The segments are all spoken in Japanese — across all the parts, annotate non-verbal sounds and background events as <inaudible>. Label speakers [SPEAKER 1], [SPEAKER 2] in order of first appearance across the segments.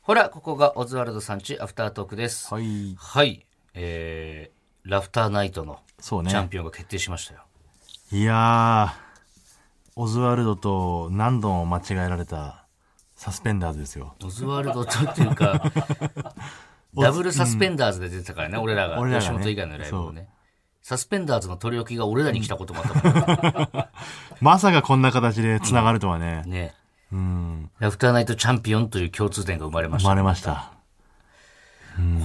[SPEAKER 1] ほら、ここがオズワルドさんちアフタートークです。。
[SPEAKER 2] はいい。
[SPEAKER 1] えー、ラフターナイトのチ
[SPEAKER 2] そうね
[SPEAKER 1] ャンピオンが決定しましたよ。
[SPEAKER 2] いやー、オズワルドと何度も間違えられたサスペンダーズですよ。
[SPEAKER 1] オズワルドとっていう <laughs> か、ダブルサスペンダーズで出てたからね、俺らが。
[SPEAKER 2] 俺らがね
[SPEAKER 1] 吉本以外のライブをね。サスペンダーズの取り置きが俺らに来たこともあったから
[SPEAKER 2] まさかこんな形で繋がるとはね、
[SPEAKER 1] ね。ラフターナイトチャンピオンという共通点が生まれまし
[SPEAKER 2] 生
[SPEAKER 1] た。
[SPEAKER 2] まれました。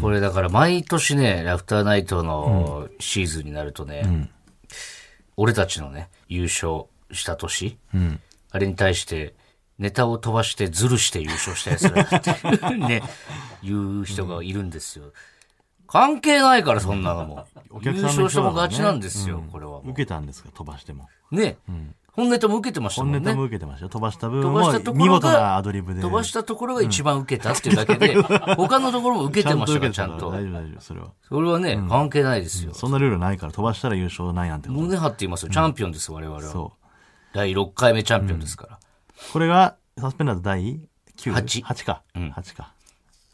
[SPEAKER 1] これだから毎年ね、ラフターナイトのシーズンになるとね、俺たちのね、優勝した年、あれに対して、ネタを飛ばしてズルして優勝したやつら
[SPEAKER 2] <laughs>
[SPEAKER 1] っていうね、いう人がいるんですよ。関係ないから、そんなのも。
[SPEAKER 2] お
[SPEAKER 1] 優
[SPEAKER 2] 客さんの
[SPEAKER 1] 勝し
[SPEAKER 2] 人
[SPEAKER 1] た
[SPEAKER 2] だ
[SPEAKER 1] も
[SPEAKER 2] からね
[SPEAKER 1] ガチなんですよ、これはも
[SPEAKER 2] 受けたんですか、飛ばしても。
[SPEAKER 1] う。ね、本ネタも受けてました
[SPEAKER 2] 本
[SPEAKER 1] も
[SPEAKER 2] ネ
[SPEAKER 1] んね
[SPEAKER 2] タ。も受けてましたよ。飛ばした部分
[SPEAKER 1] 飛ばし
[SPEAKER 2] も
[SPEAKER 1] たとこ
[SPEAKER 2] 見
[SPEAKER 1] ろが
[SPEAKER 2] 事なアドリブで。
[SPEAKER 1] 飛ばしたところが一番受けたっていうだけで、他のところも受けてました
[SPEAKER 2] <laughs>
[SPEAKER 1] から、ちゃん
[SPEAKER 2] 受
[SPEAKER 1] と
[SPEAKER 2] け。てたから大丈夫大丈夫、それは。
[SPEAKER 1] それはね、関係ないですよ。
[SPEAKER 2] そんなルールないから飛ばしたら優勝ないなんてこと。
[SPEAKER 1] 胸張って言いますよ。チャンピオンです、我々は。
[SPEAKER 2] そう。
[SPEAKER 1] 第6回目チャンピオンですから。
[SPEAKER 2] これが、サスペンダーズ第9
[SPEAKER 1] 八
[SPEAKER 2] か。
[SPEAKER 1] ん
[SPEAKER 2] 八か。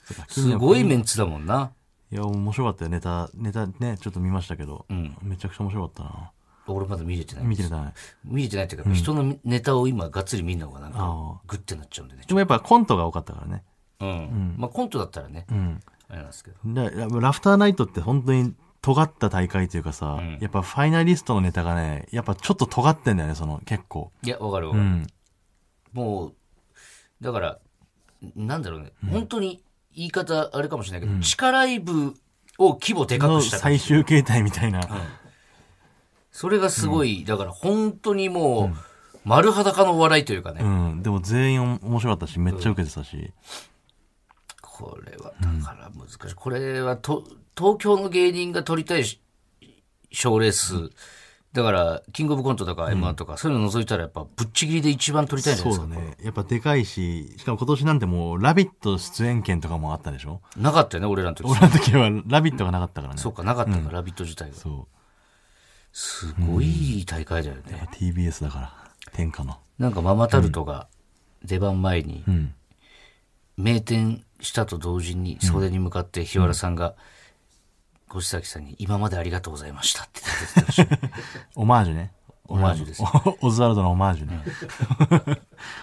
[SPEAKER 2] そうか
[SPEAKER 1] すごいメンツだもんな。
[SPEAKER 2] いや、面白かったよ、ネタ。ネタね、ちょっと見ましたけど。
[SPEAKER 1] ん
[SPEAKER 2] めちゃくちゃ面白かったな。
[SPEAKER 1] 俺まだ見れてない。
[SPEAKER 2] 見てない。
[SPEAKER 1] 見れてないっていうか、人のネタを今がっつり見るのがなんか
[SPEAKER 2] あ、
[SPEAKER 1] グッてなっちゃうんでね。
[SPEAKER 2] でもやっぱコントが多かったからね。
[SPEAKER 1] うん。まあコントだったらね、
[SPEAKER 2] ん
[SPEAKER 1] あれなんですけど。
[SPEAKER 2] でララフターナイトって本当に尖った大会というかさ、やっぱファイナリストのネタがね、やっぱちょっと尖ってんだよね、その結構。
[SPEAKER 1] いや、わかるわか
[SPEAKER 2] う
[SPEAKER 1] る。
[SPEAKER 2] ん。
[SPEAKER 1] もう、だから、なんだろうね。本当に言い方あれかもしれないけど、地下ライブを規模でか
[SPEAKER 2] の
[SPEAKER 1] くした感じ
[SPEAKER 2] 最終形態みたいな。
[SPEAKER 1] それがすごい、だから本当にもう、丸裸のお笑いというかね。
[SPEAKER 2] うん。でも全員面白かったし、めっちゃ受けてたし。
[SPEAKER 1] これは、だから難しい。これはと、東京の芸人が取りたいし賞レース、だから、キングオブコントとか M1 とか、そういうの除いたらやっぱ、ぶっちぎりで一番取りたいんじゃない
[SPEAKER 2] そう
[SPEAKER 1] です
[SPEAKER 2] だ
[SPEAKER 1] か。
[SPEAKER 2] ね。やっぱでかいし、しかも今年なんてもう、ラビット出演権とかもあったでしょ
[SPEAKER 1] なかったよね、俺らの時。
[SPEAKER 2] 俺の時はラビットがなかったからね。
[SPEAKER 1] そうか、なかったから、ラビット自体が。
[SPEAKER 2] そう。
[SPEAKER 1] すごい大会だよね。
[SPEAKER 2] TBS だから、天下の。
[SPEAKER 1] なんかママタルトが出番前に、名店したと同時に袖に向かって日原さんが、越崎さんに今までありがとうございましたって言ってたでしょ
[SPEAKER 2] オマージュね。
[SPEAKER 1] オマージュです。
[SPEAKER 2] <laughs> おオズワルドのオマージュね。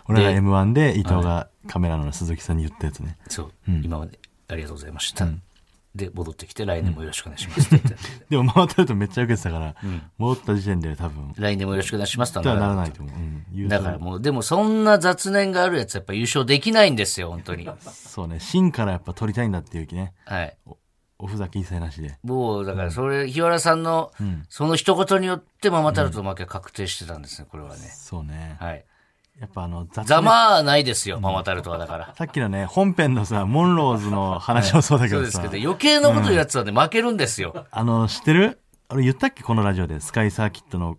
[SPEAKER 2] 俺が M1 で伊藤がカメラの鈴木さんに言ったやつね。
[SPEAKER 1] そう、今までありがとうございました。で、戻ってきて来年もよろしくお願いしますって言って、
[SPEAKER 2] でも回ったるとめっちゃ受けてたから、戻った時点で多
[SPEAKER 1] <laughs>
[SPEAKER 2] 分、
[SPEAKER 1] 来年もよろしくお願いしますって
[SPEAKER 2] と
[SPEAKER 1] な
[SPEAKER 2] は
[SPEAKER 1] ら
[SPEAKER 2] ならないと思う。うん、優
[SPEAKER 1] だ
[SPEAKER 2] 勝
[SPEAKER 1] からもう、でもそんな雑念があるやつやっぱ優勝できないんですよ、本当に。
[SPEAKER 2] そうね、芯からやっぱ取りたいんだっていう気ね。
[SPEAKER 1] はい。
[SPEAKER 2] おふざけ一切なしで。
[SPEAKER 1] もう、だからそれ、日原さんの、その一言によってママタルトの負けは確定してたんですね、これはね。
[SPEAKER 2] そうね。
[SPEAKER 1] はい。
[SPEAKER 2] やっぱあの、雑
[SPEAKER 1] ざまあないですよ、ママタルトはだから。
[SPEAKER 2] さっきのね、本編のさ、モンローズの話もそうだけ
[SPEAKER 1] そう
[SPEAKER 2] ど
[SPEAKER 1] です
[SPEAKER 2] さ、
[SPEAKER 1] けど、余計なこと言うやつはね、負けるんですよ。
[SPEAKER 2] あの、知ってる俺言ったっけこのラジオで、スカイサーキットの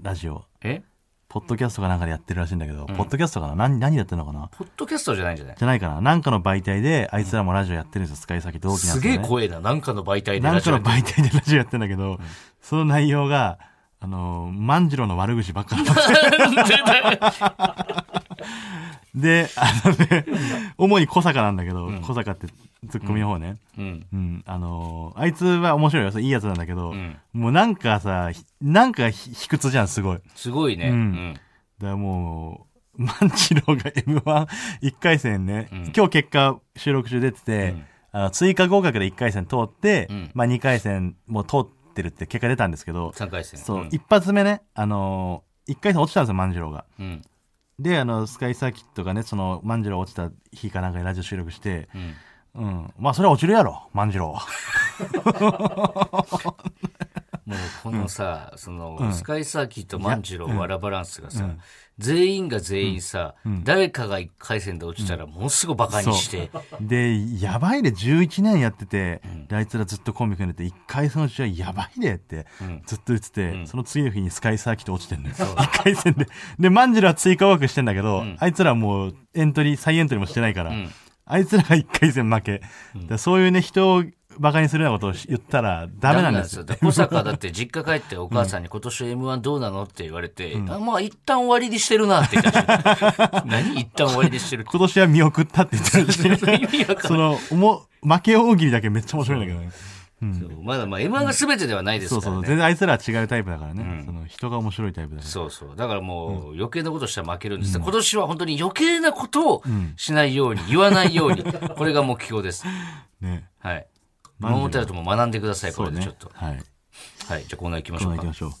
[SPEAKER 2] ラジオ。
[SPEAKER 1] え
[SPEAKER 2] ポッドキャストかなんかでやってるらしいんだけど、ポッドキャストかな何、何やってんのかな
[SPEAKER 1] ポッドキャストじゃないんじゃない
[SPEAKER 2] じゃないかななんかの媒体で、あいつらもラジオやってるんですよ、スカイサーキット同期なん
[SPEAKER 1] す
[SPEAKER 2] で
[SPEAKER 1] げ
[SPEAKER 2] すよ、
[SPEAKER 1] え
[SPEAKER 2] ね。
[SPEAKER 1] 怖えな、なんかの媒体で
[SPEAKER 2] な
[SPEAKER 1] ラ
[SPEAKER 2] ん
[SPEAKER 1] ジ
[SPEAKER 2] か
[SPEAKER 1] オ
[SPEAKER 2] の媒体でラジオやってんだけど、その内容が、あのー、万次郎の悪口ばっかり。 <laughs> で、あのね、主に小坂なんだけど、小坂ってツッコミの方ね。
[SPEAKER 1] うん。
[SPEAKER 2] うん、あのーあいつは面白いよ、そういいやつなんだけど、
[SPEAKER 1] ん
[SPEAKER 2] もうなんかさ、ひなんかひ卑屈じゃん、すごい。だか
[SPEAKER 1] すごいね。うん
[SPEAKER 2] らもう、万次郎が M11 回戦ね、今日結果収録中出てて、あの追加合格で1回戦通って、
[SPEAKER 1] ん
[SPEAKER 2] まあ2回戦もう通ってるって結果出たんですけど、
[SPEAKER 1] 3回戦。
[SPEAKER 2] そう、
[SPEAKER 1] ん
[SPEAKER 2] 一発目ね、あのー、1回戦落ちたんですよ、万次郎が。
[SPEAKER 1] うん。
[SPEAKER 2] で、あの、スカイサーキットがね、その、万次郎落ちた日かなんかにラジオ収録して、
[SPEAKER 1] うん。
[SPEAKER 2] うん、まあそれは落ちるやろ、万次郎。
[SPEAKER 1] <laughs> もうこのさ、その、スカイサーキット、万次郎、わらバランスがさ、全員が全員さ、誰かが1回戦で落ちたら、ものすごいバカにして、
[SPEAKER 2] で、やばいで、11年やってて、であいつらずっとコンビ組んでて、一回そのうちはやばいでって、ずっと言ってて、その次の日にスカイサーキット落ちてんのよ。一回戦で。で、万次郎は追加枠してんだけど、あいつらもうエントリー、再エントリーもしてないから、あいつらが1回戦負け。だからそういうね、人をバカにするようなことを言ったらダメなんですよ。
[SPEAKER 1] だから小坂だって実家帰ってお母さんに今年 M1 どうなのって言われて、あまあ一旦終わりにしてるなって言ったら
[SPEAKER 2] <laughs>
[SPEAKER 1] 何一旦終わりにしてるって
[SPEAKER 2] 今年は見送ったって言ってるし、
[SPEAKER 1] 意味わかん
[SPEAKER 2] <laughs> その、おも、負け大喜利だけめっちゃ面白いんだけどね。
[SPEAKER 1] ないそうまだまあ M1 が全てではないです
[SPEAKER 2] そう
[SPEAKER 1] か
[SPEAKER 2] そ
[SPEAKER 1] ら
[SPEAKER 2] う、
[SPEAKER 1] ね。
[SPEAKER 2] 全然あいつらは違うタイプだからね。その人が面白いタイプだから。
[SPEAKER 1] そうそう。だからもう余計なことしたら負けるんです。今年は本当に余計なことをしないように、言わないよう
[SPEAKER 2] <laughs>
[SPEAKER 1] に、これが目標です。
[SPEAKER 2] ね。
[SPEAKER 1] はい。桃太郎とも学んでください、これ
[SPEAKER 2] そう
[SPEAKER 1] で
[SPEAKER 2] ね
[SPEAKER 1] ちょっと。。
[SPEAKER 2] はい。
[SPEAKER 1] はい、じゃあコーナー行きまし
[SPEAKER 2] コー
[SPEAKER 1] ょ
[SPEAKER 2] ナ
[SPEAKER 1] う
[SPEAKER 2] ー行
[SPEAKER 1] か
[SPEAKER 2] き。ましょう、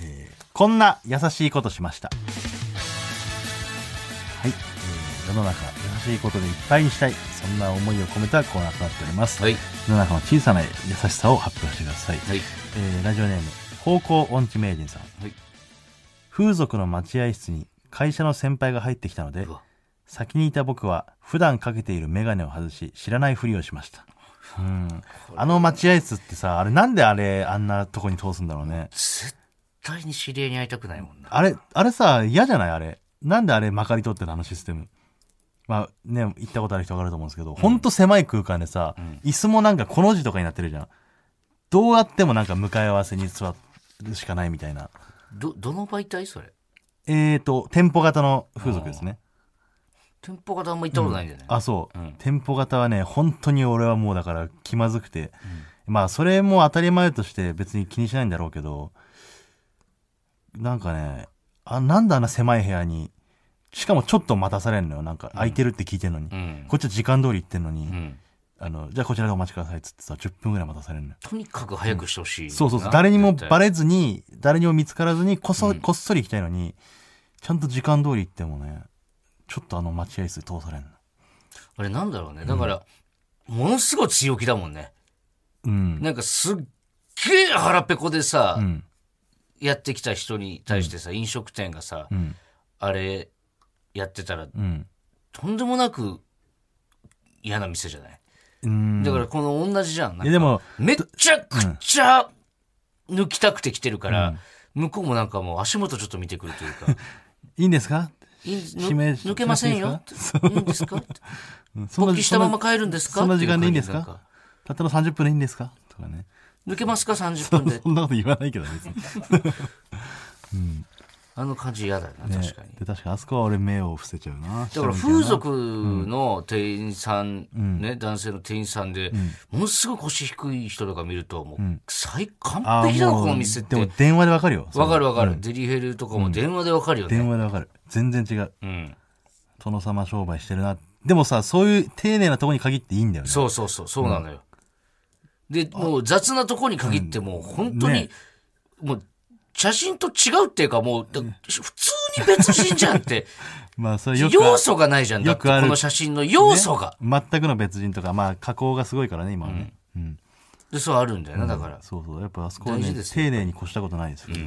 [SPEAKER 2] えーこんな優しいことしましたはい、えー世の中優しいことでいっぱいにしたいそんな思いを込めたコーナーとなっております、
[SPEAKER 1] はい。
[SPEAKER 2] 世の中の小さな優しさを発表してください、
[SPEAKER 1] はい。
[SPEAKER 2] えーラジオネーム方向音痴名人さん
[SPEAKER 1] はい。
[SPEAKER 2] 風俗の待合室に会社の先輩が入ってきたので
[SPEAKER 1] うわ
[SPEAKER 2] 先にいた僕は普段かけている眼鏡を外し知らないふりをしましたうんあの待合室ってさあれなんであれあんなとこに通すんだろうね
[SPEAKER 1] 絶対に知り合いに会いたくないもんな。
[SPEAKER 2] あれ、あれさ、嫌じゃないあれ。なんであれまかり通ってるあのシステム。まあね、行ったことある人わかると思うんですけど、ほんと狭い空間でさ、椅子もなんかこの字とかになってるじゃん。どうやってもなんか向かい合わせに座るしかないみたいな。
[SPEAKER 1] ど、どの媒体それ。
[SPEAKER 2] えーと、店舗型の風俗ですね。
[SPEAKER 1] 店舗型あんま行ったことないんだよね。
[SPEAKER 2] あ、そう、
[SPEAKER 1] うん
[SPEAKER 2] 店舗型はね、本当に俺はもうだから気まずくて。まあ、それも当たり前として別に気にしないんだろうけど、なんかね、あ、なんであんな狭い部屋に、しかもちょっと待たされんのよ。なんか空いてるって聞いてんのに。
[SPEAKER 1] うん。
[SPEAKER 2] こっちは時間通り行ってんのに、
[SPEAKER 1] うん。
[SPEAKER 2] あの、じゃあこちらでお待ちくださいっつってさ、10分ぐらい待たされんのよ。
[SPEAKER 1] とにかく早くしてほしいな、
[SPEAKER 2] そうそうそう。誰にもバ
[SPEAKER 1] レ
[SPEAKER 2] レずに、誰にも見つからずに、こそ、こっそり行きたいのに、ちゃんと時間通り行ってもね、ちょっとあの待合室通されんの。
[SPEAKER 1] あれなんだろうね。だから、ものすごい強気だもんね。
[SPEAKER 2] うん。
[SPEAKER 1] なんかすっげえ腹ペコでさ、
[SPEAKER 2] うん。
[SPEAKER 1] やってきた人に対してさ、飲食店がさ、
[SPEAKER 2] うん。
[SPEAKER 1] あれやってたら、
[SPEAKER 2] うん。
[SPEAKER 1] とんでもなく嫌な店じゃない、
[SPEAKER 2] うん。
[SPEAKER 1] だからこの同じじゃん。なんか
[SPEAKER 2] いやでも、
[SPEAKER 1] めっちゃくちゃ抜きたくて来てるから、向こうもなんかもう足元ちょっと見てくるという
[SPEAKER 2] <laughs>
[SPEAKER 1] か、
[SPEAKER 2] いいんですか
[SPEAKER 1] いぬ
[SPEAKER 2] 指名し
[SPEAKER 1] 抜けませんよ。いいんですかって
[SPEAKER 2] そんな
[SPEAKER 1] 勃起したまま帰るんですか
[SPEAKER 2] そんな時間でいいん
[SPEAKER 1] って
[SPEAKER 2] で
[SPEAKER 1] う
[SPEAKER 2] す
[SPEAKER 1] 感じ
[SPEAKER 2] かたったの30分でいいんですかとかね。
[SPEAKER 1] 抜けますか ?30 分で
[SPEAKER 2] そ。んなこと言わないけどね、別に
[SPEAKER 1] あの感じ嫌だよな、
[SPEAKER 2] ね
[SPEAKER 1] <laughs> 確かに。
[SPEAKER 2] で、確かにあそこは俺目を伏せちゃうな。
[SPEAKER 1] だから風俗の店員さん、ね、男性の店員さんで、ものすごい腰低い人とか見ると、もう、最完璧だな、
[SPEAKER 2] もう
[SPEAKER 1] この店っ
[SPEAKER 2] で
[SPEAKER 1] て
[SPEAKER 2] も。電話でわかるよ。
[SPEAKER 1] わかる
[SPEAKER 2] わ
[SPEAKER 1] わかる。デリヘルとかも電話でわかるよね。
[SPEAKER 2] 電話でわかる。全然違う。
[SPEAKER 1] うん。
[SPEAKER 2] 殿様商売してるな。でもさ、そういう丁寧なとこに限っていいんだよね。
[SPEAKER 1] そうそうそう、そうなのよ。で、もう雑なとこに限ってもう本当に
[SPEAKER 2] ね、
[SPEAKER 1] もう写真と違うっていうかもう、だ普通に別人じゃん
[SPEAKER 2] <laughs>
[SPEAKER 1] って、
[SPEAKER 2] まあ、それよくあ
[SPEAKER 1] 要素がないじゃん。だっ
[SPEAKER 2] よ
[SPEAKER 1] て
[SPEAKER 2] くある
[SPEAKER 1] この写真の要素が。
[SPEAKER 2] 全くの別人とか、まあ、加工がすごいからね、今はね。うん。
[SPEAKER 1] で、そうあるんだよな、だから。
[SPEAKER 2] そうそう。やっぱあそこは
[SPEAKER 1] 大
[SPEAKER 2] ね
[SPEAKER 1] 事で、すよ
[SPEAKER 2] 丁寧に越したことないですけど。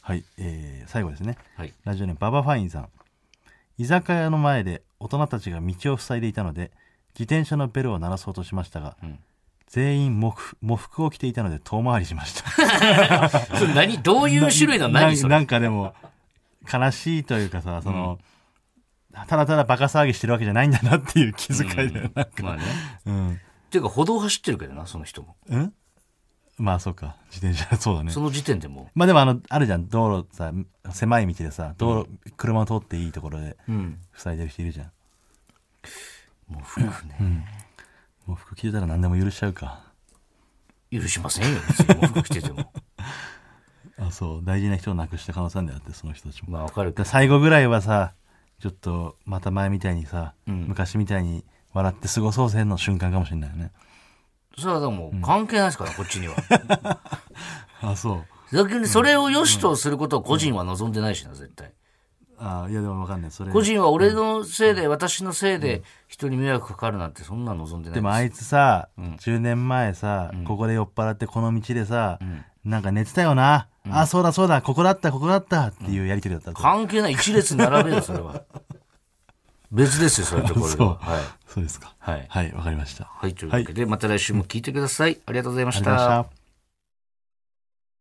[SPEAKER 2] はい。えー最後ですね。
[SPEAKER 1] はい。
[SPEAKER 2] ラジオネームババファインさん。居酒屋の前で大人たちが道を塞いでいたので、自転車のベルを鳴らそうとしましたが、全員喪服喪服を着ていたので遠回りしました。
[SPEAKER 1] <laughs> それ何どういう種類の何そ
[SPEAKER 2] な
[SPEAKER 1] れ
[SPEAKER 2] なんかでも、悲しいというかさ、その、ただただバカ騒ぎしてるわけじゃないんだなっていう気遣いだよな。
[SPEAKER 1] まあね。
[SPEAKER 2] うん。
[SPEAKER 1] っていうか歩道走ってるけどな、その人も。
[SPEAKER 2] うんまあそうか。自転車、そうだね
[SPEAKER 1] そ。の時点でも
[SPEAKER 2] まあでもあの、あるじゃん。道路さ、狭い道でさ、道路、車を通っていいところで
[SPEAKER 1] う。うん。
[SPEAKER 2] 塞いでる人いるじゃん。
[SPEAKER 1] もう服ね。
[SPEAKER 2] もう服着てたら何でも許しちゃうか。
[SPEAKER 1] 許しませんよ、別にもう服着てて
[SPEAKER 2] <laughs>
[SPEAKER 1] も。
[SPEAKER 2] あそう大事な人を亡くした可能性なんだよってその人たちも
[SPEAKER 1] ま
[SPEAKER 2] だか
[SPEAKER 1] あわかるけ
[SPEAKER 2] ら
[SPEAKER 1] ど。
[SPEAKER 2] 最後ぐらいはさちょっとまた前みたいにさ、昔みたいに笑って過ごそうせんの瞬間かもしれないよね
[SPEAKER 1] それはでも関係ないですから、こっちには。
[SPEAKER 2] あそう
[SPEAKER 1] 逆にそれを良しとすることを個人は望んでないしな、絶対。
[SPEAKER 2] あいやでも分かんないそれ
[SPEAKER 1] 個人は俺のせいで、私のせいで人に迷惑かかるなんてそんな望んでない
[SPEAKER 2] でも
[SPEAKER 1] す。
[SPEAKER 2] あいつさ、10年前さ、ここで酔っ払ってこの道でさ、なんか寝てたよな、あそうだそうだここだったここだったっていうやりとりだったと、
[SPEAKER 1] 関係ない。一列並べよ、それは。別ですよ、そういうところでは。はい。
[SPEAKER 2] <laughs> そうですか
[SPEAKER 1] はい
[SPEAKER 2] はいわかりました
[SPEAKER 1] はい、というわけで、また来週も聞いてください。ありがとうございました。
[SPEAKER 2] ありがとうございました